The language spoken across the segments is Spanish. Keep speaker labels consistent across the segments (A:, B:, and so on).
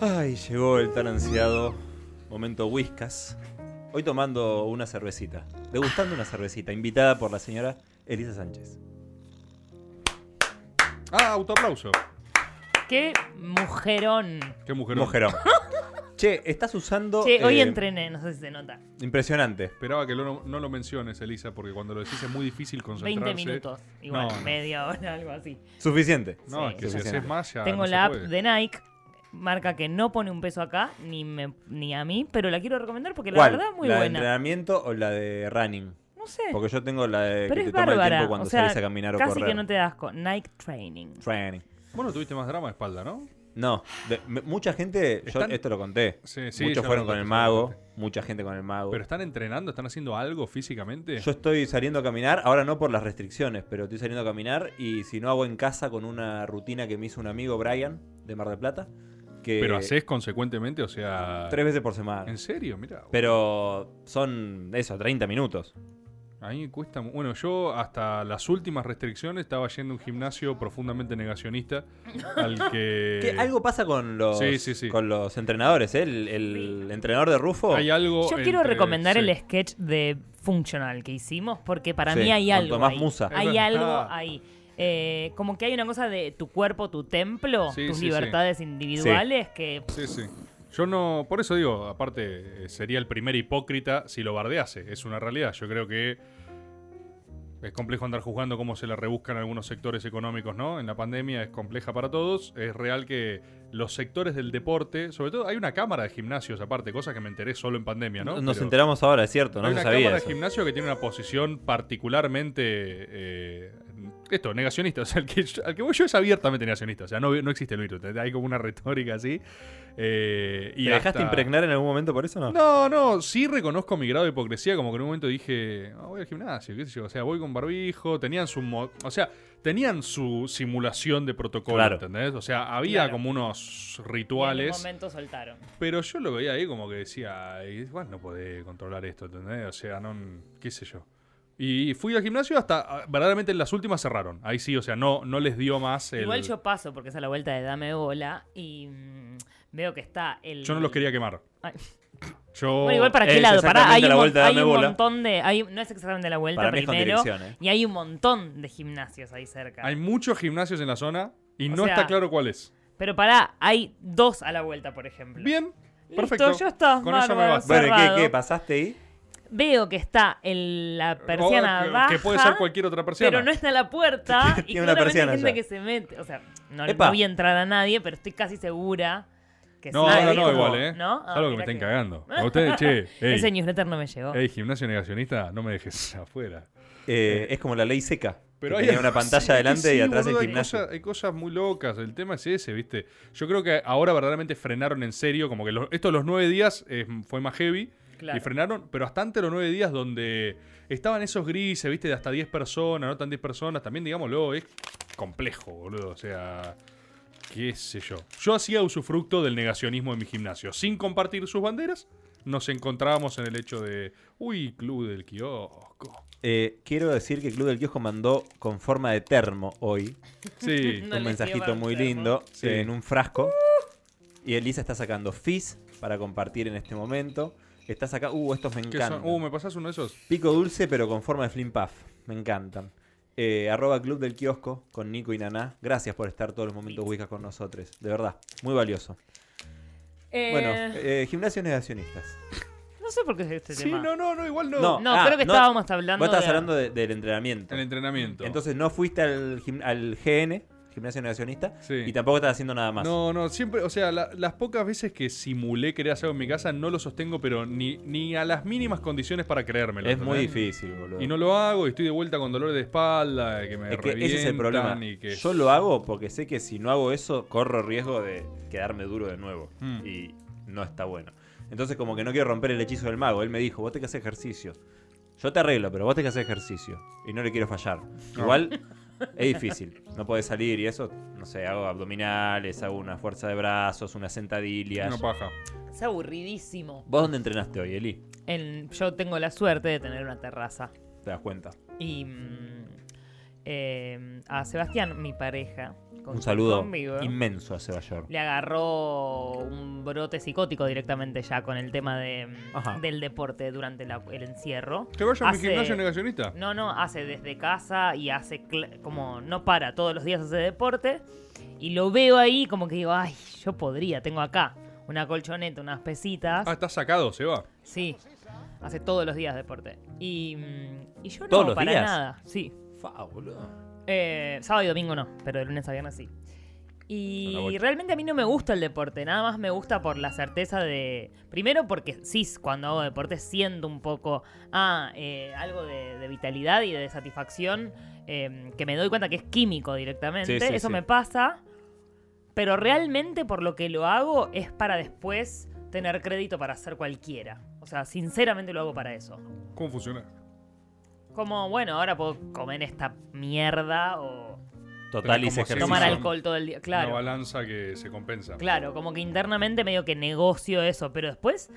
A: Ay, llegó el tan ansiado momento Whiskas. Hoy tomando una cervecita, degustando una cervecita, invitada por la señora Elisa Sánchez.
B: Ah, autoaplauso.
C: Qué mujerón.
B: Qué mujerón.
A: Mujerón. Che, estás usando.
C: Che, hoy
A: eh,
C: entrené, no sé si se nota.
A: Impresionante.
B: Esperaba que lo- no lo menciones, Elisa, porque cuando lo decís es muy difícil
C: 20
B: concentrarse.
C: minutos, igual,
B: No, no.
C: media hora, algo así.
A: Suficiente.
B: No, es
C: Sí.
B: que si
A: Suficiente.
B: haces más ya
C: Tengo
B: no se
C: la app
B: puede.
C: de Nike, marca que no pone un peso acá, ni, me- ni a mí, pero la quiero recomendar porque la
A: ¿Cuál?
C: verdad es muy
A: ¿La de
C: buena.
A: entrenamiento o la de running?
C: No sé,
A: Porque yo tengo la de
C: pero
A: que
C: es
A: te toma el
C: bárbara.
A: tiempo
C: O
A: cuando
C: sea,
A: salís a caminar o
C: casi
A: correr.
C: que no te das con Nike Training.
A: Training.
B: Vos no tuviste más drama de espalda, ¿no?
A: No, de- me- mucha gente, yo
B: Están-
A: esto lo conté.
B: Sí, sí, ya
A: Muchos
B: lo
A: fueron con
B: contaste,
A: el
B: ya lo
A: mago,
B: contaste.
A: mucha gente con el mago.
B: ¿Pero están entrenando? ¿Están haciendo algo físicamente?
A: Yo estoy saliendo a caminar, ahora no por las restricciones, pero estoy saliendo a caminar y si no hago en casa con una rutina que me hizo un amigo Brian de Mar del Plata, que
B: ¿Pero haces consecuentemente? O sea...
A: tres veces por semana.
B: ¿En serio? Mira.
A: Pero son eso, 30 minutos.
B: A mí me cuesta. mu- Bueno, yo hasta las últimas restricciones estaba yendo a un gimnasio profundamente negacionista al que.
A: Que algo pasa con los
B: Eh. Sí, sí, sí.
A: con los entrenadores, ¿eh? el, el entrenador de Rufo.
B: Hay algo.
C: Yo quiero
B: entre-
C: recomendar
B: sí.
C: el sketch de Functional que hicimos porque para
A: Sí,
C: mí hay
A: con
C: algo.
A: Tomás
C: ahí.
A: Musa.
C: Hay
B: Es
C: algo
B: verdad.
C: ahí. Eh, como que hay una cosa de tu cuerpo, tu templo,
B: Sí,
C: tus
B: sí, sí.
C: libertades individuales que.
B: Sí, sí. Yo no. Por eso digo, aparte, eh, sería el primer hipócrita si lo bardease. Es una realidad. Yo creo que. Es complejo andar juzgando cómo se la rebuscan algunos sectores económicos, ¿no? En la pandemia es compleja para todos. Es real que los sectores del deporte, sobre todo hay una cámara de gimnasios aparte, cosa que me enteré solo en pandemia, ¿no?
A: Nos
B: Pero-
A: enteramos ahora, es cierto, no
B: Hay
A: se
B: una
A: sabía
B: cámara
A: eso.
B: de gimnasio que tiene una posición particularmente. eh, esto, negacionista. O sea, al que, yo, al que voy yo es abiertamente negacionista. O sea, no, no existe el virus. Hay como una retórica así. eh, y
A: ¿Te dejaste
B: hasta-
A: impregnar en algún momento por eso o no?
B: No, no, sí reconozco mi grado de hipocresía, como que en un momento dije, "Ah, voy al gimnasio, qué sé yo, o sea, voy con barbijo, tenían su, mo- o sea, tenían su simulación de protocolo,
A: Claro.
B: ¿entendés? O sea, había
C: Claro.
B: como unos
C: y en un
B: rituales.
C: momento soltaron.
B: Pero yo lo veía ahí como que decía, "Ay, igual no podés controlar esto, ¿entendés? O sea, no, qué sé yo. Y fui al gimnasio hasta, ah, verdaderamente en las últimas cerraron. Ahí sí, o sea, no, no les dio más el...
C: Igual yo paso porque es a la vuelta de Dame Bola y mm, veo que está el.
B: Yo no los quería quemar.
C: Ay.
B: Yo...
C: bueno, igual para qué
A: es
C: lado, Pará, hay
A: exactamente
C: un,
A: la
C: mon-
A: vuelta de
C: hay
A: Dame
C: un
A: Bola.
C: montón de. hay- no es exactamente la vuelta
A: Para mí es con
C: primero.
A: dirección, ¿eh?
C: Y hay un montón de gimnasios ahí cerca.
B: Hay muchos gimnasios en la zona y
C: O
B: no
C: sea-
B: está claro cuál es.
C: Pero pará, hay dos a la vuelta, por ejemplo.
B: Bien,
C: Listo,
B: perfecto.
C: ya está,
B: Con eso me
C: bárbaro.
B: basta.
A: Bueno, ¿y
C: cerrado.
A: ¿qué, qué? ¿Pasaste ahí?
C: Veo que está en la persiana
B: O- que-
C: baja.
B: Que puede ser cualquier otra persiana.
C: Pero no está en la puerta. y
A: Tiene una
C: claramente
A: persiana
C: hay gente
A: ya.
C: que se mete. O sea, no, no
A: Epa.
C: voy a entrar a nadie, pero estoy casi segura que
B: no,
C: sí.
B: no,
C: hay
B: no,
C: como-
B: igual, ¿eh?
C: ¿No? Ah,
B: Salvo que me
C: mirá
B: estén
C: que-
B: cagando. A ustedes, che, ey,
C: Ese newsletter no me llegó.
B: ey, gimnasio negacionista, no me dejes afuera.
A: Eh, es como la ley seca.
B: Pero
A: que
B: hay
A: tenía una pantalla
B: sí,
A: adelante y
B: sí,
A: atrás
B: boludo,
A: el
B: hay
A: gimnasio.
B: cosas- hay cosas muy locas. El tema es ese, ¿viste? Yo creo que ahora verdaderamente frenaron en serio. Como que los, estos los nueve días eh, fue más heavy.
C: Claro.
B: Y frenaron, pero hasta antes de los nueve días donde estaban esos grises, ¿viste? De hasta 10 personas, no tan 10 personas. También, digámoslo, es complejo, boludo. O sea, qué sé yo. Yo hacía usufructo del negacionismo en mi gimnasio. Sin compartir sus banderas, nos encontrábamos en el hecho de, uy, club del kiosco.
A: Eh, quiero decir que el Club del Kiosco mandó con forma de termo hoy
B: Sí.
C: No
A: un
C: les
A: mensajito
C: llevan
A: muy
C: termo.
A: lindo
B: Sí.
A: eh, en un frasco. Y Elisa está sacando fizz para compartir en este momento. Estás acá. Uh, estos me
B: ¿Qué son?
A: encantan.
B: Uh, ¿me pasás uno de esos?
A: Pico dulce, pero con forma de flim puff. Me encantan. Eh, arroba Club del Kiosco con Nico y Naná. Gracias por estar todos los momentos Wicca con nosotros. De verdad, muy valioso.
C: Eh,
A: Bueno, eh, gimnasios negacionistas.
C: No sé por qué es este
B: Sí,
C: tema.
B: no, no, no, igual no.
A: No.
C: No,
A: Ah,
C: creo que
A: no,
C: estábamos hablando.
A: Vos estabas
C: de-
A: hablando de- del entrenamiento.
B: El entrenamiento.
A: Entonces no fuiste al, gim- al GN, Gimnasio Negacionista,
B: Sí.
A: y tampoco estás haciendo nada más.
B: No, no, siempre, o sea, la- las pocas veces que simulé querer hacer algo en mi casa no lo sostengo, pero ni, ni a las mínimas condiciones para creérmelo.
A: es muy
B: ¿entendés?
A: difícil, boludo.
B: Y no lo hago, y estoy de vuelta con dolor de espalda, de que me
A: es que ese es el
B: revientan
A: problema.
B: y que-
A: Yo lo hago porque sé que si no hago eso, corro riesgo de quedarme duro de nuevo.
B: Mm.
A: Y no está bueno. Entonces, como que no quiero romper el hechizo del mago. Él me dijo, vos tenés que hacer ejercicio. Yo te arreglo, pero vos tenés que hacer ejercicio. Y no le quiero fallar.
B: No.
A: Igual es difícil. No podés salir y eso, no sé, hago abdominales, hago una fuerza de brazos, unas sentadillas.
B: Una paja.
C: Es aburridísimo.
A: ¿Vos dónde entrenaste hoy, Eli?
C: En- yo tengo la suerte de tener una terraza.
A: Te das cuenta.
C: Y mm, eh, a Sebastián, mi pareja, con
A: un saludo
C: conmigo.
A: inmenso a Seba York.
C: Le agarró un brote psicótico directamente ya con el tema de,
A: Ajá.
C: del deporte durante la- el encierro.
B: Que vaya a mi
C: Hace-
B: gimnasio negacionista.
C: No, no, hace desde casa y hace cl- como no para, todos los días hace deporte. Y lo veo ahí como que digo, ay, yo podría, tengo acá una colchoneta, unas pesitas.
B: Ah, está sacado, se va.
C: Sí, hace todos los días deporte. Y, mm, y yo no,
A: ¿Todos los
C: para
A: días?
C: nada, sí.
A: Fa, boludo.
C: Eh, sábado y domingo no, pero de lunes a viernes sí.
B: Una
C: Y
B: bocha.
C: realmente a mí no me gusta el deporte, nada más me gusta por la certeza de... Primero porque sí, cuando hago deporte siento un poco ah, eh, algo de, de vitalidad y de satisfacción eh, que me doy cuenta que es químico directamente,
A: Sí, sí,
C: eso
A: sí.
C: me pasa, pero realmente por lo que lo hago es para después tener crédito para hacer cualquiera. O sea, sinceramente lo hago para eso.
B: ¿Cómo funciona?
C: Como, bueno, ahora puedo comer esta mierda o
A: Total,
B: Tenés
A: hice
B: como
A: ejercicio.
C: tomar
B: sí.
C: alcohol todo el día. Claro.
B: Una balanza que se compensa.
C: Claro, como que internamente medio que negocio eso, pero después.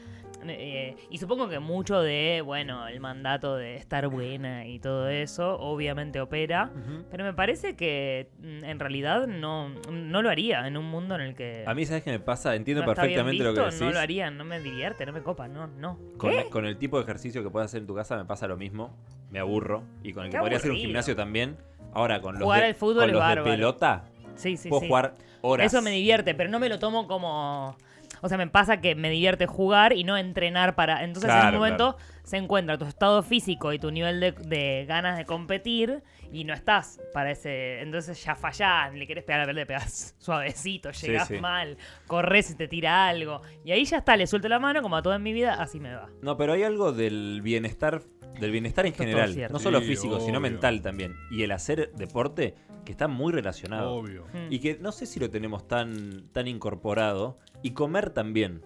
C: eh, y supongo que mucho de, bueno, el mandato de estar buena y todo eso, obviamente opera.
A: Ujú.
C: Pero me parece que mm, en realidad no, no lo haría en un mundo en el que.
A: A mí, ¿sabes qué me pasa? Entiendo
C: no está bien
A: perfectamente lo que
C: visto,
A: decís.
C: No lo haría, no me divierte, no me copa, no, no.
A: Con,
C: ¿Qué?
A: con el tipo de ejercicio que puedes hacer en tu casa me pasa lo mismo. Me aburro. Y con el que
C: Qué
A: podría hacer un
C: aburrido.
A: gimnasio también. Ahora, con los,
C: Jugar
A: de,
C: al fútbol
A: con
C: es
A: los de
C: bárbaro.
A: pelota,
C: Sí, sí,
A: puedo
C: sí.
A: jugar horas.
C: Eso me divierte, pero no me lo tomo como. O sea, me pasa que me divierte jugar y no entrenar para. Entonces, en
A: Claro,
C: un momento se encuentra tu estado físico y tu nivel de, de ganas de competir y no estás para ese. Entonces ya fallás, le querés pegar a ver, le pegás suavecito, llegás
A: sí.
C: mal, corres y te tira algo. Y ahí ya está, le suelto la mano, como a todo en mi vida, así me va.
A: No, pero hay algo del bienestar, del bienestar en
C: Esto es todo
A: general,
C: cierto.
A: no solo
B: Sí,
A: físico,
B: obvio.
A: sino mental también. Y el hacer deporte que está muy relacionado.
B: Obvio.
C: Mm.
A: Y que no sé si lo tenemos tan, tan incorporado. Y comer también.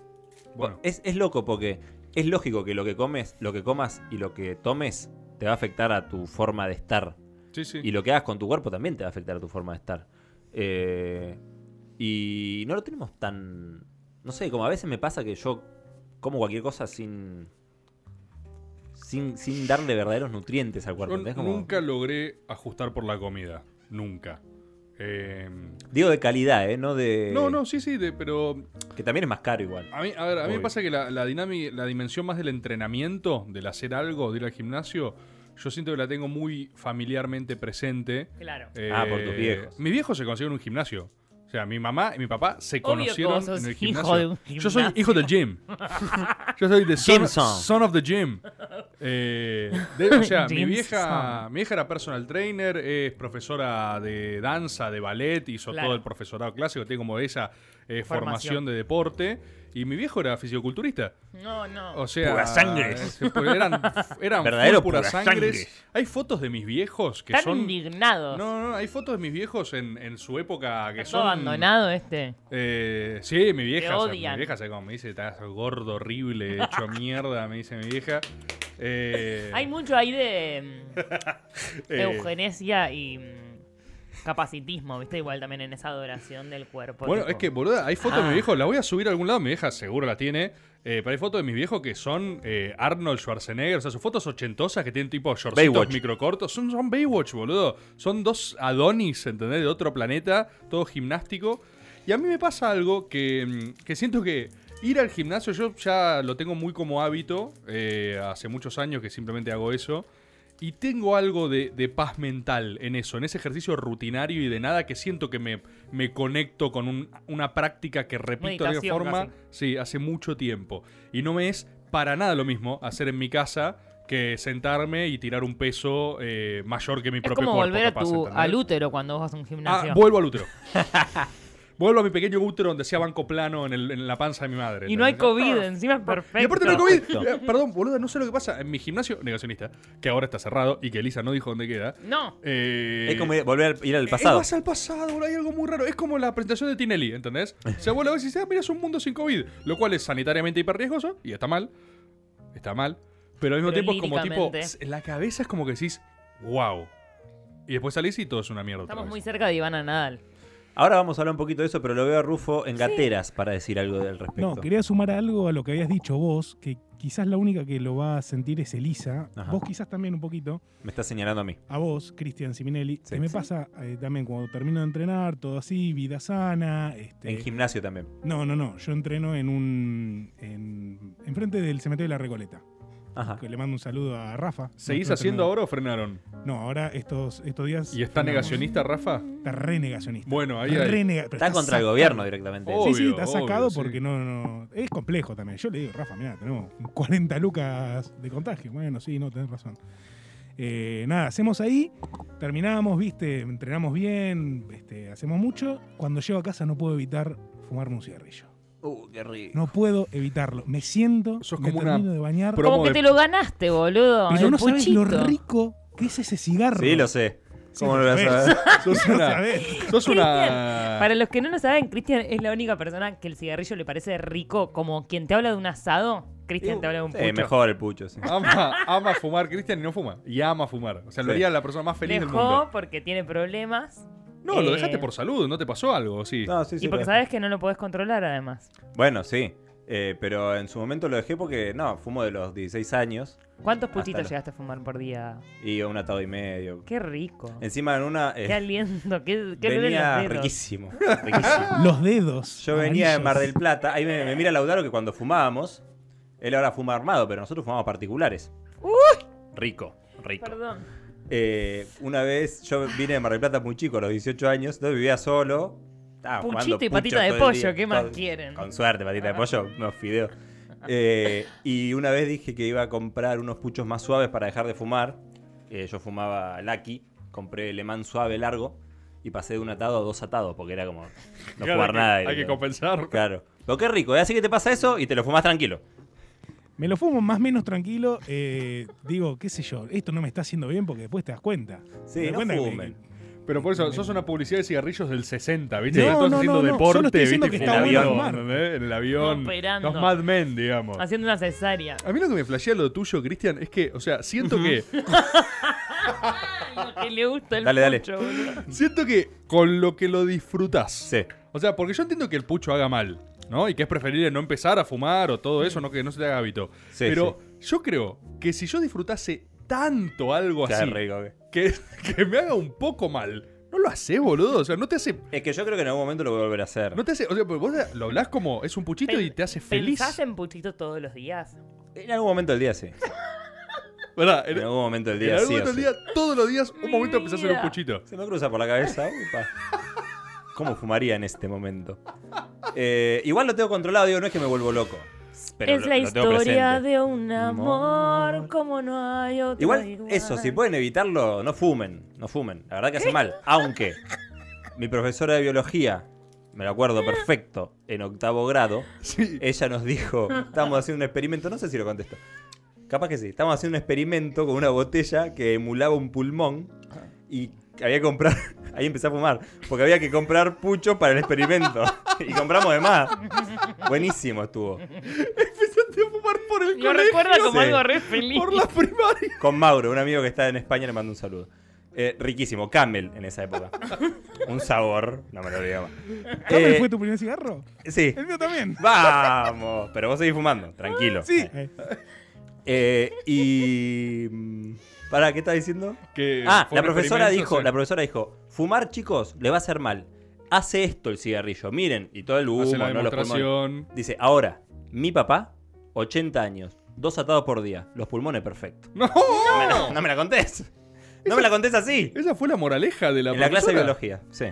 B: Bueno,
A: Es, es loco porque es lógico que lo que comes, lo que comas y lo que tomes te va a afectar a tu forma de estar.
B: sí, sí.
A: Y lo que hagas con tu cuerpo también te va a afectar a tu forma de estar. Eh, y no lo tenemos tan. No sé, como a veces me pasa que yo como cualquier cosa sin. Sin, sin darle verdaderos nutrientes al cuerpo.
B: Yo
A: ¿entendés? Como-
B: nunca logré ajustar por la comida. Nunca. Eh,
A: Digo de calidad, ¿eh? No de.
B: no, no, sí, sí, de- pero
A: Que también es más caro igual.
B: a mí, a ver, a mí me
A: Obvio.
B: pasa que la, la dinámica, la dimensión más del entrenamiento, del hacer algo, de ir al gimnasio, yo siento que la tengo muy familiarmente presente.
C: Claro.
A: Ah, por tus viejos.
B: Mis viejos Eh, se consiguieron un gimnasio. O sea, mi mamá y mi papá se
C: Obvio que
B: conocieron
C: vos sos
B: en el
C: hijo
B: gimnasio.
C: de un
B: Yo soy
C: gimnasio.
B: hijo del gym. Yo soy the son,
A: Gymson.
B: son of the gym. Eh, de- o sea, mi
C: Gymson.
B: vieja, mi vieja era personal trainer, es profesora de danza, de ballet, hizo
C: Claro.
B: todo el profesorado clásico, tiene como esa eh, formación.
C: Formación.
B: de deporte. Y mi viejo era fisioculturista.
C: No, no.
B: O sea,
A: Pura sangres.
B: eh, Eran, eran
A: Verdadero
B: full puras
A: pura
B: sangres.
A: sangres.
B: Hay fotos de mis viejos que
C: Están
B: son
C: indignados.
B: no, no, hay fotos de mis viejos en, en su época que
C: Está
B: son.
C: todo abandonado este.
B: Eh, sí, mi vieja.
C: Te
B: o sea,
C: odian.
B: mi vieja, se como me dice, estás gordo, horrible, hecho mierda, me dice mi vieja. Eh,
C: Hay mucho ahí de. mm,
B: eh,
C: eugenesia y mm, capacitismo, ¿viste? Igual también en esa adoración del cuerpo.
B: Bueno,
C: tipo.
B: es que, boluda, hay fotos de
C: Ah.
B: mis viejos, las voy a subir a algún lado, mi vieja seguro la tiene. eh, pero hay fotos de mis viejos que son eh, Arnold Schwarzenegger, o sea, sus fotos ochentosas que tienen tipo shortcitos
A: Baywatch.
B: microcortos. Son, son Baywatch, boludo. Son dos Adonis, ¿entendés? De otro planeta, todo gimnástico. Y a mí me pasa algo que, mm, que siento que ir al gimnasio, yo ya lo tengo muy como hábito. eh, hace muchos años que simplemente hago eso. Y tengo algo de, de paz mental en eso, en ese ejercicio rutinario y de nada que siento que me, me conecto con un- una práctica que repito de alguna
C: Meditación
B: forma.
C: casi.
B: Sí, hace mucho tiempo. Y no me es para nada lo mismo hacer en mi casa que sentarme y tirar un peso eh, mayor que mi
C: Es
B: propio
C: como
B: cuerpo.
C: volver a
B: capaz,
C: tu,
B: ¿entendés?
C: al útero cuando vas a un
B: Ah,
C: gimnasio.
B: vuelvo al útero. vuelvo a mi pequeño útero donde hacía banco plano en, el- en la panza de mi madre.
C: y no hay
B: ¿entendés?
C: COVID, encima es perfecto.
B: Y aparte no hay COVID.
A: Perfecto.
B: Eh, Perdón, boludo, no sé lo que pasa. En mi gimnasio negacionista, que ahora está cerrado y que Elisa no dijo dónde queda.
C: No.
B: eh,
A: es como ir- volver al- ir al
B: eh,
A: pasado.
B: vas al pasado, boludo, hay algo muy raro. Es como la presentación de Tinelli, ¿entendés? O sea, vos la ves y dices, ah, mira, es un mundo sin COVID. Lo cual es sanitariamente hiperriesgoso y está mal. Está mal. Pero al mismo
C: Pero
B: tiempo es como tipo.
C: líricamente.
B: s- En la cabeza es como que decís, wow. Y después salís y todo es una mierda. otra
C: Estamos
B: vez.
C: muy cerca de Ivana Nadal.
A: Ahora vamos a hablar un poquito de eso, pero lo veo a Rufo en gateras para decir algo del respecto.
D: No, quería sumar algo a lo que habías dicho vos, que quizás la única que lo va a sentir es Elisa.
A: Ajá.
D: Vos quizás también un poquito.
A: Me está señalando a mí.
D: A vos, Cristian Siminelli.
A: Sí.
D: que me
A: Sí.
D: pasa eh, también cuando termino de entrenar, todo así, vida sana. Este,
A: En gimnasio también.
D: no, no, no. Yo entreno en un. En, enfrente del cementerio de la Recoleta.
A: Ajá.
D: Que le mando un saludo a Rafa.
B: ¿Seguís
D: nuestro
B: haciendo
D: entrenador.
B: ahora o frenaron?
D: No, ahora estos, estos días.
B: ¿Y está
D: frenamos.
B: negacionista, Rafa?
D: Está renegacionista.
B: Bueno, ahí hay.
A: Está contra el gobierno directamente.
B: Oh.
D: Sí, sí,
B: Obvio,
D: está sacado
B: obvio, sí.
D: porque no, no. Es complejo también. Yo le digo, Rafa, mira, tenemos 40 lucas de contagio. Bueno, sí, no, tenés razón. Eh, nada, hacemos ahí, terminamos, viste, entrenamos bien, este, hacemos mucho. Cuando llego a casa no puedo evitar fumarme un cigarrillo.
A: Uh, qué rico.
D: No puedo evitarlo. Me siento,
B: Sos
D: me
B: como una
D: termino de bañar.
B: pro-
C: Como
B: promo
C: que
B: de-
C: te lo ganaste, boludo.
D: pero
C: el
D: no sabes lo
C: puchito.
D: rico que es ese cigarro.
A: Sí, lo sé.
D: Sí,
A: ¿Cómo no
D: lo
A: lo vas a
D: sabés.
A: saber?
B: Sos
D: No
B: una.
D: sabés.
B: Sos una.
C: Para los que no lo saben, Cristian es la única persona que el cigarrillo le parece rico. Como quien te habla de un asado,
B: Uh,
C: Cristian te habla de un
A: Sí,
C: pucho.
A: Eh, mejor el pucho, sí.
B: Ama, ama fumar, Cristian, y no fuma. Y ama fumar. O sea, lo
A: Sí.
B: haría la persona más feliz del
C: Dejó
B: mundo.
C: porque tiene problemas.
B: No, lo
C: Eh,
B: dejaste por salud, ¿no te pasó algo? Sí.
A: No, sí, sí,
C: Y porque
A: lo-
C: sabes que no lo podés controlar, además.
A: Bueno, sí. Eh, pero en su momento lo dejé porque, no, fumo de los 16 años
C: ¿Cuántos
A: Hasta
C: puchitos
A: lo-
C: llegaste a fumar por día?
A: y un atado y medio.
C: Qué rico.
A: Encima en una... eh,
C: Qué aliento. Qué, qué olor en los
A: venía
C: dedos.
A: riquísimo, riquísimo.
D: Los dedos.
A: Yo venía de
D: amarillos.
A: Mar del Plata. Ahí me, me mira Laudaro que cuando fumábamos, él ahora fuma armado, pero nosotros fumábamos particulares. Rico, rico.
C: Perdón.
A: Eh, una vez yo vine de Mar del Plata muy chico, a los 18 años, entonces vivía solo. Estaba
C: Puchito
A: jugando
C: y patita de
A: todo el
C: pollo,
A: día,
C: ¿qué más
A: todo-
C: quieren?
A: Con suerte, patita de pollo, unos fideos. Eh, y una vez dije que iba a comprar unos puchos más suaves para dejar de fumar. Eh, yo fumaba Lucky, compré Le Mans suave largo y pasé de un atado a dos atados porque era como no
B: Claro,
A: jugar
B: hay que-
A: nada.
B: Hay que
A: directamente.
B: compensar.
A: Claro. Lo que es rico, ¿eh? así que te pasa eso y te lo fumas tranquilo.
D: Me lo fumo más o menos tranquilo. eh, digo, qué sé yo, esto no me está haciendo bien porque después te das cuenta.
A: Sí,
D: Te das
A: no
D: cuenta que-
A: fumen.
B: Pero por eso, sos una publicidad de cigarrillos del 60, ¿viste?
D: No,
B: Estás
D: no,
B: haciendo
D: no, no.
B: deporte,
D: Solo estoy diciendo
B: ¿viste?
D: que
B: en
A: está
B: el
A: bueno
B: avión,
D: fumar.
B: ¿entendés? En el avión.
C: Operando.
B: Los Mad Men, digamos.
C: Haciendo una cesárea.
B: A mí lo que me flashea lo tuyo, Cristian, es que, o sea, siento que
C: Lo que le gusta el
A: Dale, dale.
C: pucho, boludo.
B: siento que con lo que lo disfrutás.
A: Sí.
B: O sea, porque yo entiendo que el pucho haga mal, ¿no? Y que es preferible no empezar a fumar o todo eso, no que no se te haga hábito.
A: Sí,
B: Pero yo creo que si yo disfrutase tanto algo
A: Qué
B: así,
A: rico, ¿eh?
B: que, que me haga un poco mal, no lo hace, boludo. O sea, no te hace.
A: Es que yo creo que en algún momento lo voy a volver a hacer.
B: No te hace. O sea, porque vos lo hablás como es un puchito y te hace feliz.
C: ¿Pensás en puchito todos los días?
A: En algún momento del día sí.
B: ¿Verdad? En,
A: En algún momento del
B: en
A: día
B: algún
A: sí. o
B: momento del
A: sí.
B: día, todos los días, un
C: Mi
B: momento empezás a hacer un
C: vida.
B: puchito.
A: Se me cruza por la cabeza. upa. ¿Cómo fumaría en este momento? Eh, igual lo tengo controlado, digo, no es que me vuelvo loco. Pero
C: es
A: lo-
C: la
A: lo tengo
C: historia
A: presente.
C: de un
A: Amor.
C: amor como no hay otro.
A: Igual, eso, si pueden evitarlo, no fumen, no fumen. La verdad que hace mal. Aunque mi profesora de biología, me lo acuerdo perfecto, en octavo grado,
B: Sí.
A: ella nos dijo, estamos haciendo un experimento, no sé si lo contesto. Capaz que sí, estábamos haciendo un experimento con una botella que emulaba un pulmón y había que comprar, ahí empecé a fumar, porque había que comprar pucho para el experimento. Y compramos de más. Buenísimo estuvo.
B: Empezaste a fumar por el
C: Lo
B: colegio,
C: recuerda como
A: Sí.
C: algo re feliz.
B: por la primaria.
A: Con Mauro, un amigo que está en España, le mando un saludo. Eh, riquísimo, Camel en esa época. un sabor, no me lo olvido más.
D: ¿Camel
A: Eh,
D: fue tu primer cigarro?
A: Sí.
D: El mío también.
A: Vamos, pero vos seguís fumando, tranquilo.
D: Sí. Eh,
A: Eh, y. mm, Pará, ¿qué estás diciendo?
B: Que
A: Ah,
B: Eh, fue
A: la
B: un
A: profesora
B: experimento,
A: dijo,
B: sí.
A: la profesora dijo, fumar, chicos, le va a hacer mal. Hace esto el cigarrillo, miren, y todo el humo,
B: Hace la
A: uh, no los pulmones.
B: demostración.
A: Dice, ahora, mi papá, 80 años, dos atados por día, los pulmones perfectos.
B: No,
A: No, me la contés. No me la contés así.
B: Esa fue la moraleja de la
A: en la clase de
B: profesora.
A: biología, sí.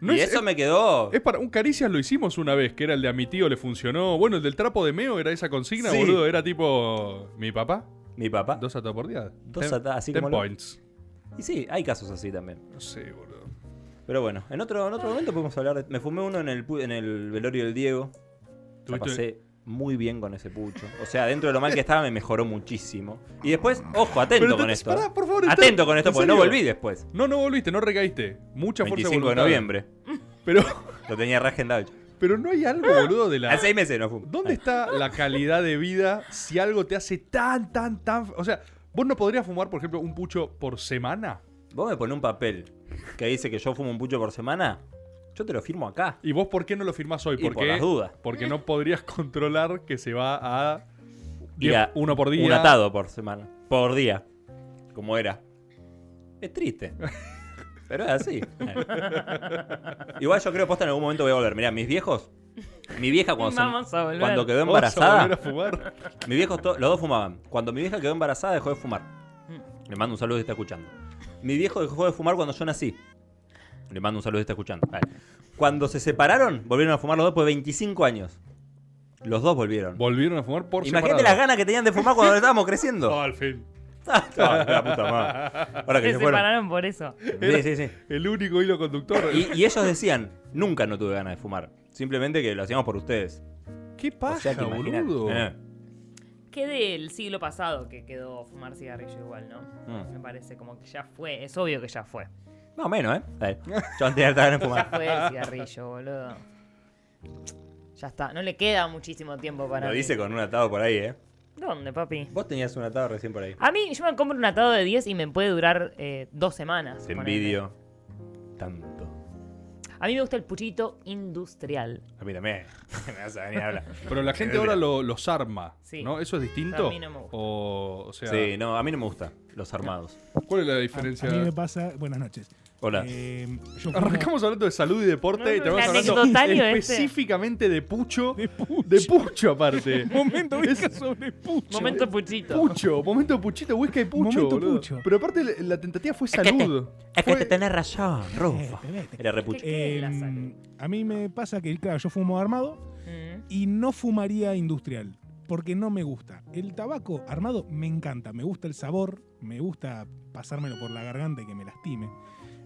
B: No
A: y
B: es-
A: eso
B: es-
A: me quedó.
B: Es para un caricias lo hicimos una vez, que era el de a mi tío le funcionó. Bueno, el del trapo de meo era esa consigna,
A: Sí.
B: boludo. Era tipo mi papá,
A: Mi papá.
B: dos atos por día.
A: Dos
B: Ten-
A: ata- así
B: ten
A: como lo-
B: points.
A: Y sí, hay casos así también.
B: No sé, boludo.
A: Pero bueno, en otro, en otro momento podemos hablar de. Me fumé uno en el, pu- en el velorio del Diego. La
B: Tuviste-
A: pasé muy bien con ese pucho. O sea, dentro de lo mal que estaba, me mejoró muchísimo. Y después, ojo, atento
B: Pero
A: con
B: entonces,
A: esto.
B: pará,
A: ¿eh?
B: por favor, entonces,
A: atento con esto,
B: ¿en
A: porque no
B: serio?
A: volví después.
B: No, no volviste, no recaíste. Mucha fuerza
A: 25 de
B: voluntad.
A: noviembre.
B: Pero,
A: Lo tenía reagendado. yo.
B: pero no hay algo, boludo, de la.
A: Hace seis meses no fumo.
B: ¿Dónde está la calidad de vida si algo te hace tan, tan, tan. O sea, vos no podrías fumar, por ejemplo, un pucho por semana?
A: Vos me pones un papel que dice que yo fumo un pucho por semana. Yo te lo firmo acá.
B: ¿Y vos por qué no lo firmás hoy?
A: Y por
B: Porque,
A: las dudas.
B: porque no podrías controlar que se va a
A: Ir a
B: 10, uno por día.
A: Un atado por semana. Por día. Como era. Es triste. Pero es así. Igual yo creo posta en algún momento voy a volver. Mirá, mis viejos. Mi vieja cuando, se-
C: Vamos a volver.
A: cuando quedó
B: ¿Vos vas a volver
A: embarazada.
B: a fumar?
A: Mis viejos, to- los dos fumaban. Cuando mi vieja quedó embarazada, dejó de fumar.
C: Mm.
A: Le mando un saludo si está escuchando. Mi viejo dejó de fumar cuando yo nací. Le mando un saludo si está escuchando. Vale. Cuando se separaron, volvieron a fumar los dos por 25 años. Los dos volvieron.
B: Volvieron a fumar por
A: Imagínate
B: separado.
A: las ganas que tenían de fumar cuando estábamos creciendo.
B: Oh, al fin.
A: Ah, la puta madre. Ahora que
C: Se
A: se fueron.
C: separaron por eso.
A: Sí, sí, sí.
B: El único hilo conductor.
A: Y, y ellos decían, nunca no tuve ganas de fumar. Simplemente que lo hacíamos por ustedes.
B: ¿Qué
A: O
B: pasa,
A: sea que imaginate.
B: boludo?
A: Eh,
C: Que del siglo pasado que quedó fumar cigarrillo igual, ¿no?
A: Mm.
C: Me parece como que ya fue. Es obvio que ya fue.
A: Más o menos, ¿eh? Dale. Yo antes de ganas de
C: Ya
A: fumar.
C: fue el cigarrillo, boludo. Ya está. No le queda muchísimo tiempo para
A: Lo
C: mí.
A: dice con un atado por ahí, ¿eh?
C: ¿Dónde, papi?
A: Vos tenías un atado recién por ahí.
C: A mí, yo me compro un atado de 10 y me puede durar eh, dos semanas.
A: Te
C: ponele.
A: envidio tanto.
C: A mí me gusta el puchito industrial.
A: A mí también. Me vas a venir a hablar.
B: Pero la gente ahora lo- los arma,
C: Sí.
B: ¿no? ¿Eso es distinto?
C: A mí no me gusta.
B: O, o sea,
A: Sí, no, a mí no me gusta los armados.
B: ¿cuál es la
D: A, a
B: diferencia?
D: mí me pasa. Buenas noches.
A: Hola.
D: Eh, yo fumo-
B: Arrancamos hablando de salud y deporte
C: No, no,
B: y terminamos
C: el
B: hablando
C: anecdotario este.
B: específicamente de pucho.
D: De pucho.
B: De pucho, aparte.
D: Momento
B: Es-
D: vieja sobre pucho.
C: Momento puchito.
B: Pucho, momento puchito, Huesca y pucho.
D: Momento
B: boludo.
D: pucho.
B: Pero aparte la, la tentativa fue
A: que te-
B: salud.
A: Es que
B: Fue-
A: te tenés razón, Rufo.
D: Vete, vete.
A: Era repucho.
C: ¿Qué es la
D: Eh, Em,
C: salud?
D: a mí me pasa que, claro, yo fumo armado
C: Mm.
D: y no fumaría industrial, porque no me gusta. El tabaco armado me encanta, me gusta el sabor, me gusta pasármelo por la garganta y que me lastime.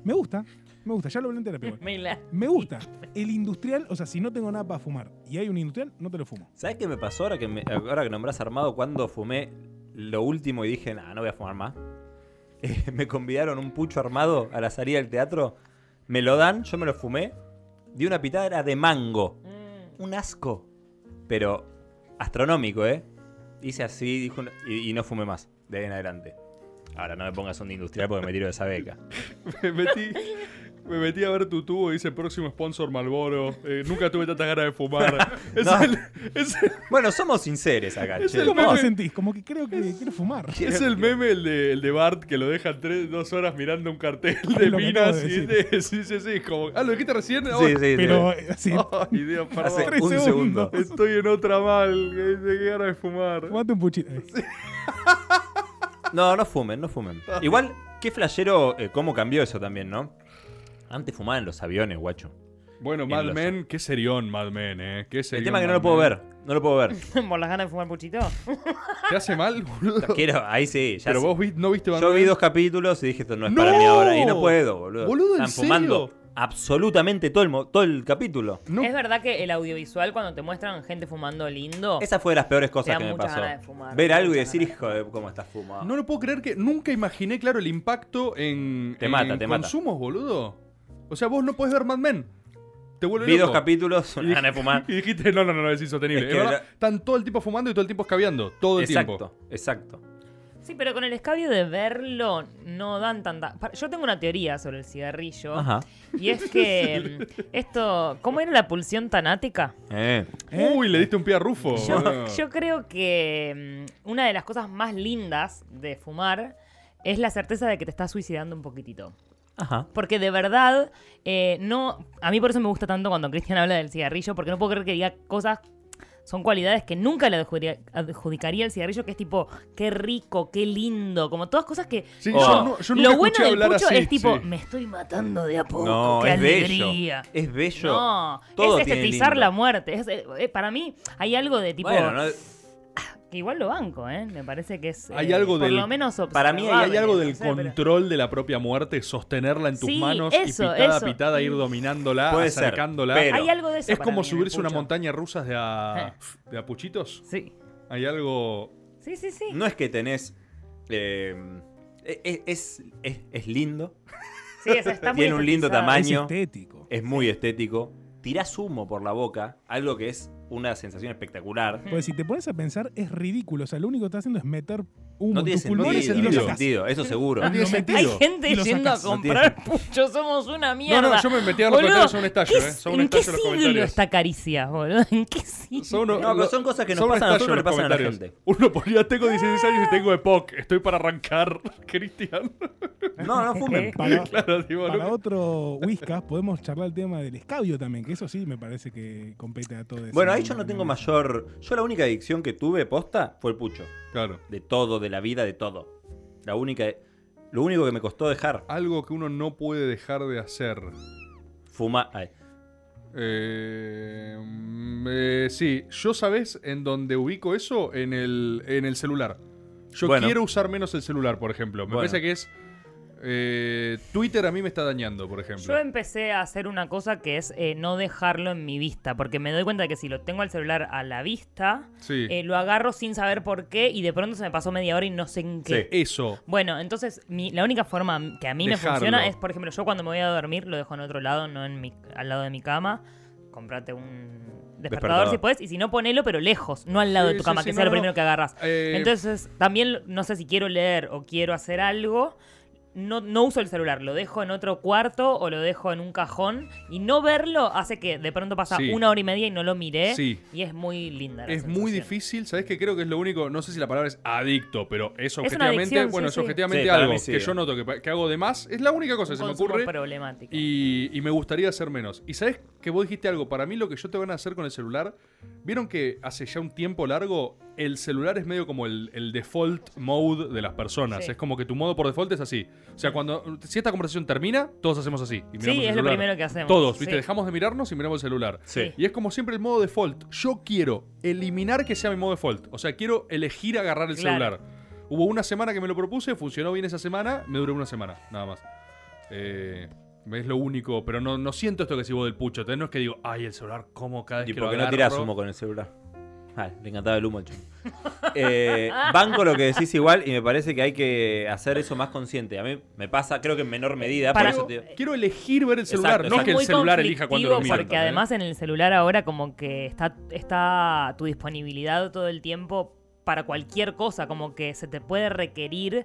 D: Me gusta, me gusta, ya lo hablé en terapia. igual.
C: Me la-
D: Me gusta. El industrial, o sea, si no tengo nada para fumar y hay un industrial, no te lo fumo.
A: ¿Sabes qué me pasó ahora que, me- ahora que nombrás armado cuando fumé lo último y dije, nah, no voy a fumar más? Eh, me convidaron un pucho armado a la salida del teatro. Me lo dan, yo me lo fumé. Di una pitada, era de mango.
C: Mm.
A: Un asco. Pero astronómico, ¿eh? Hice así dijo, un- y, y no fumé más de ahí en adelante. Ahora no me pongas un industrial porque me tiro de esa beca.
B: Me metí, me metí a ver tu tubo y dice próximo sponsor Malboro. Eh, nunca tuve tantas ganas de fumar. Es
A: No.
B: el, es el-
A: Bueno, somos sinceros acá,
B: Es
A: che.
B: el
D: ¿Cómo
B: meme.
D: te sentís? Como que creo que quiero fumar.
B: es el meme el de, el de Bart que lo dejan tres, dos horas mirando un cartel de
D: Lo que
B: minas
D: acabo de
B: y dice, sí, sí, sí, como, ah, lo dijiste recién. Oh,
A: Sí, sí, sí.
D: Pero eh, sí,
A: oh.
B: Ay, Dios, perdón.
A: Hace
D: tres
A: un segundo.
D: segundos.
B: Estoy en otra mal. que dice, Qué ganas de fumar.
D: fumate un puchito. Ahí.
A: No, no fumen, no fumen. Igual, qué flashero, eh, cómo cambió eso también, ¿no? Antes fumaban en los aviones, guacho.
B: Bueno,
A: En
B: Mad
A: los-
B: Men, qué serión Mad Men, eh. Qué
A: El
B: serión
A: tema es que no
B: Mad
A: lo puedo
B: Men.
A: ver, no lo puedo ver.
C: Por las ganas de fumar puchito.
B: ¿Te hace mal, boludo?
A: Quiero, ahí sí, ya
B: Pero
A: sé.
B: vos vi- no viste Mad
A: Yo vi
B: Men?
A: dos capítulos y dije, esto no es
B: ¡No!
A: para mí ahora. Y no puedo, boludo.
B: Boludo, ¿en
A: Están fumando
B: serio?
A: absolutamente todo el, mo- todo el capítulo.
B: No.
C: Es verdad que el audiovisual, cuando te muestran gente fumando lindo,
A: Esa fue de las peores
C: Te
A: cosas
C: da
A: que me
C: muchas
A: pasó.
C: ganas de fumar,
A: Ver algo y
C: muchas
A: decir,
C: ganas de
A: hijo de cómo estás fumado.
B: No lo puedo creer que nunca imaginé, claro, el impacto en,
A: Te mata,
B: en
A: te mata.
B: consumos, boludo. O sea, vos no podés ver Mad Men. Te vuelve
A: vi dos
B: loco.
A: capítulos,
B: Y-
A: una gana de fumar.
B: Y dijiste, no, no, no, no, es insostenible.
A: Es
B: Es
A: que
B: verdad,
A: la-
B: Están todo el tiempo fumando y todo el tiempo escabeando. Todo el tiempo.
A: Exacto, exacto.
C: Sí, pero con el escabio de verlo no dan tanta... Pa- Yo tengo una teoría sobre el cigarrillo.
A: Ajá.
C: Y es que mm, esto... ¿Cómo era la pulsión tanática?
A: Eh.
D: ¿Eh?
B: Uy, le diste un pie a Rufo.
C: Yo,
B: boludo.
C: yo creo que mm, una de las cosas más lindas de fumar es la certeza de que te estás suicidando un poquitito.
A: Ajá.
C: Porque de verdad, eh, no. A mí por eso me gusta tanto cuando Cristian habla del cigarrillo, porque no puedo creer que diga cosas. Son cualidades que nunca le adjudicaría- adjudicaría al cigarrillo, que es tipo, qué rico, qué lindo, como todas cosas que.
B: Sí,
A: Oh.
B: yo no- yo nunca
C: lo bueno
B: escuché
C: del
B: hablar
C: pucho
B: así,
C: es tipo,
B: sí.
C: me estoy matando de a poco,
A: No,
C: qué
A: es bello.
C: alegría.
A: Es bello.
C: No,
A: Todo
C: es
A: tiene
C: estetizar
A: lindo.
C: la muerte. es- eh, para mí hay algo de tipo.
A: Bueno, no-
C: Que igual lo banco, ¿eh? Me parece que es.
B: Hay
C: eh,
B: algo
C: por
B: del-
C: lo menos
A: para mí
B: Hay
C: observable,
B: algo
C: no
B: del
C: sé, pero-
B: control de la propia muerte, sostenerla en tus
C: Sí,
B: manos
C: eso,
B: y pitada
C: eso. Mm.
B: a pitada ir dominándola,
A: Puede ser,
B: acercándola.
A: pero-
C: Hay algo de eso.
B: es
C: para mí en
B: como
C: el
B: subirse una
C: pucho. Eh.
B: montaña rusa de a, de a puchitos.
C: Sí.
B: Hay algo
C: Sí, sí, sí.
A: no es que tenés. eh, es, es- es- es lindo,
C: Sí, o sea, está muy
A: Tiene un lindo
C: estetizada.
A: tamaño.
D: Es estético.
A: es muy estético. Tirás humo por la boca, algo que es una sensación espectacular.
D: Pues Porque si te pones a pensar, es ridículo. O sea, lo único que está haciendo es meter humo
A: No
D: en
A: tiene
D: tus pulmones
A: sentido,
D: y
A: no
D: lo
A: tiene
D: sacas.
A: sentido, eso seguro.
B: No tiene
D: Lo
B: sentido.
D: metí.
C: Hay gente
D: Y lo
C: yendo a
D: sacás.
C: comprar pucho, somos una mierda.
B: No, no, yo me metí a los
C: Boludo,
B: comentarios, son un estallo,
C: ¿qué-
B: eh, son un
C: ¿En qué
B: estallo los
C: siglo
B: comentarios.
C: está Caricias, boludo? ¿En qué siglo?
B: Son unos-
A: No, pero son cosas que nos
B: son
A: pasan a
B: estallos
A: nosotros, le
B: los
A: pasan a la
B: comentarios. Uno ponía, tengo 16 años y tengo EPOC, estoy para arrancar, Cristian.
A: No, no
B: Eh,
A: fumen.
D: Para,
B: Claro, digo,
D: para
B: ¿no?
D: otro Whiskas podemos charlar el tema del escabio también, que eso sí me parece que compete a todo eso.
A: Bueno, ahí yo no tengo mayor. Yo la única adicción que tuve posta fue el pucho.
B: Claro.
A: De todo, de la vida, de todo. La única. Lo único que me costó dejar.
B: Algo que uno no puede dejar de hacer.
A: Fumar. ay,
B: Eh, mm, eh, sí, yo sabes en dónde ubico eso en el, en el celular. Yo
A: Bueno.
B: quiero usar menos el celular, por ejemplo. Me
A: Bueno.
B: parece que es. eh, Twitter a mí me está dañando, por ejemplo.
C: Yo empecé a hacer una cosa que es eh, no dejarlo en mi vista, porque me doy cuenta que si lo tengo al celular a la vista,
B: Sí.
C: eh, lo agarro sin saber por qué y de pronto se me pasó media hora y no sé en qué.
B: Eso.
C: Bueno, entonces mi- la única forma que a mí
B: Dejarlo.
C: me funciona es, por ejemplo, yo cuando me voy a dormir lo dejo en otro lado, no en mi, al lado de mi cama. Comprate un despertador,
A: Despertador.
C: si puedes, y si no, ponelo, pero lejos, no al lado
B: Sí,
C: de tu
B: sí,
C: cama,
B: sí,
C: que
B: no,
C: sea lo
B: no.
C: primero que agarras.
B: Eh,
C: Entonces, también no sé si quiero leer o quiero hacer algo. No, no uso el celular, lo dejo en otro cuarto o lo dejo en un cajón. Y no verlo hace que de pronto pasa
B: Sí.
C: una hora y media y no lo miré.
B: Sí.
C: Y es muy linda. la
B: Es muy
C: sensación.
B: difícil, ¿sabes qué? Creo que es lo único, no sé si la palabra es adicto, pero es
C: una
B: objetivamente,
C: adicción,
B: bueno,
C: sí,
B: es
C: sí.
B: objetivamente
A: Sí, para
B: algo
A: mí sí.
B: que yo noto que, pa- que hago de más, es la única cosa
C: Un
B: que se me
C: consumo
B: ocurre
C: problemático.
B: y, y me gustaría hacer menos. Y ¿sabes que vos dijiste algo? Para mí lo que yo te van a hacer con el celular, vieron que hace ya un tiempo largo el celular es medio como el, el default mode de las personas,
C: Sí.
B: es como que tu modo por default es así. O sea, cuando si esta conversación termina, todos hacemos así. Y miramos
C: Sí,
B: el
C: es lo
B: celular.
C: primero que hacemos.
B: Todos, ¿viste?
C: Sí.
B: Dejamos de mirarnos y miramos el celular.
A: Sí.
B: Y es como siempre el modo default. Yo quiero eliminar que sea mi modo default. O sea, quiero elegir agarrar el
C: Claro.
B: celular. Hubo una semana que me lo propuse, funcionó bien esa semana, me duró una semana, nada más. Eh, es lo único, pero no, no siento esto que si vos del pucho. ¿entendés? No es que digo, ay, el celular, ¿cómo cada vez
A: ¿Y
B: que
A: por qué
B: lo
A: no tirás
B: agarro?".
A: humo con el celular? Ah, le encantaba el humo al chon. Eh, banco lo que decís igual y me parece que hay que hacer eso más consciente. A mí me pasa, creo que en menor medida,
C: Para-
A: por eso
B: Quiero-
A: te-
B: Quiero elegir ver el celular,
A: Exacto,
B: no es
A: exacto.
B: que el
C: Muy
B: celular elija cuando lo
C: conflictivo,
B: mira.
C: Porque
B: ¿entendés?
C: además en el celular ahora como que está, está tu disponibilidad todo el tiempo para cualquier cosa, como que se te puede requerir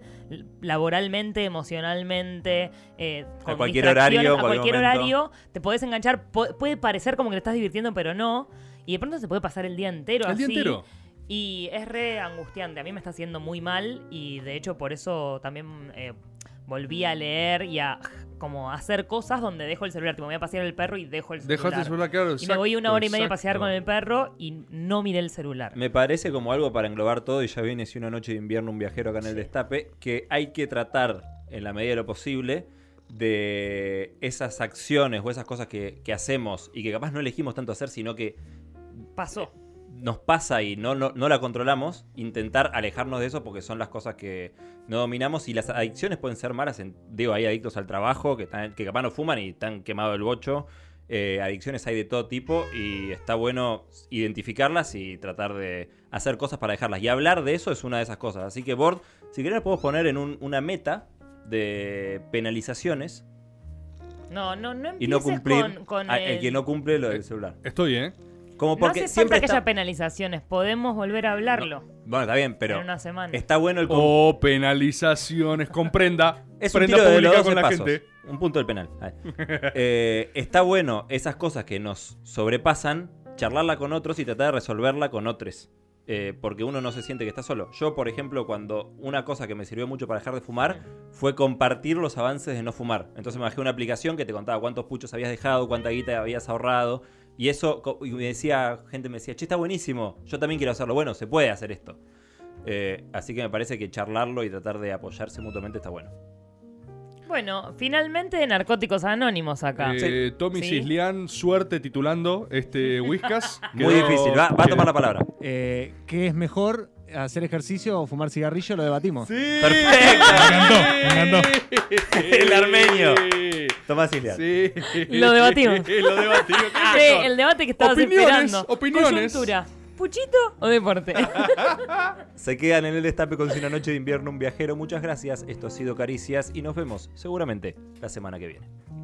C: laboralmente, emocionalmente, eh, con
A: A cualquier
C: distracciones,
A: horario,
C: a
A: cualquier
C: cualquier
A: momento.
C: horario, te podés enganchar, pu- puede parecer como que te estás divirtiendo, pero no, y de pronto se puede pasar el día entero
B: El
C: así.
B: día entero.
C: Y es re angustiante, a mí me está haciendo muy mal y de hecho por eso también eh, volví a leer y a como a hacer cosas donde dejo el celular. Tipo, me voy a pasear el perro y dejo el celular.
B: Dejaste el celular claro.
C: y me voy una hora y media a pasear con
B: el
C: el perro y no miré el celular.
A: me parece como algo para englobar todo y ya viene si una noche de invierno un viajero acá en el destape, que hay que tratar en la medida de lo posible de esas acciones o esas cosas que, que hacemos y que capaz no elegimos tanto hacer, sino que
C: Pasó.
A: nos pasa y no, no, no la controlamos, intentar alejarnos de eso porque son las cosas que no dominamos y las adicciones pueden ser malas. en- digo, hay adictos al trabajo que, están, que capaz no fuman y están quemado el bocho. Eh, adicciones hay de todo tipo y está bueno identificarlas y tratar de hacer cosas para dejarlas. Y hablar de eso es una de esas cosas. Así que, Bord, si querés, podemos poner en un- una meta de penalizaciones
C: No, no, no
A: y no
C: empieces
A: cumplir
C: con, con
A: a-
C: el...
A: el... que no cumple lo del celular.
B: Estoy, ¿eh?
A: Como
C: No
A: porque
C: hace falta
A: siempre
C: que
A: está-
C: haya penalizaciones, podemos volver a hablarlo
A: Bueno, está bien, pero
C: en una semana.
A: está bueno el
B: O Oh, penalizaciones, comprenda.
A: Es un
B: prenda
A: tiro de los
B: pública con
A: 12
B: la
A: pasos.
B: gente.
A: Un punto del penal. Ahí. Eh, está bueno esas cosas que nos sobrepasan, charlarla con otros y tratar de resolverla con otros. Eh, porque uno no se siente que está solo. Yo, por ejemplo, cuando una cosa que me sirvió mucho para dejar de fumar fue compartir los avances de no fumar. Entonces me bajé una aplicación que te contaba cuántos puchos habías dejado, cuánta guita habías ahorrado. Y eso, co- y me decía, gente me decía, che, está buenísimo, yo también quiero hacerlo. Bueno, se puede hacer esto. Eh, así que me parece que charlarlo y tratar de apoyarse mutuamente está bueno.
C: Bueno, finalmente de Narcóticos Anónimos acá.
B: Eh, Tommy
C: Sí.
B: Cislián, suerte titulando este Whiskas.
A: Muy
B: Quedó-
A: difícil, va, va a tomar la palabra.
E: Eh, ¿Qué es mejor, hacer ejercicio o fumar cigarrillo? Lo debatimos.
B: Sí.
A: Perfecto.
D: Me encantó, me encantó.
A: El armenio. Tomás Islián.
B: Sí.
C: Lo debatimos.
B: Lo debatimos. ¿qué
C: Sí,
B: pasó?
C: el debate que estabas
B: Opiniones,
C: esperando.
B: opiniones.
C: Coyuntura. ¿Puchito o deporte?
A: Se quedan en el destape con Si una noche de invierno un viajero. Muchas gracias. Esto ha sido Caricias y nos vemos seguramente la semana que viene.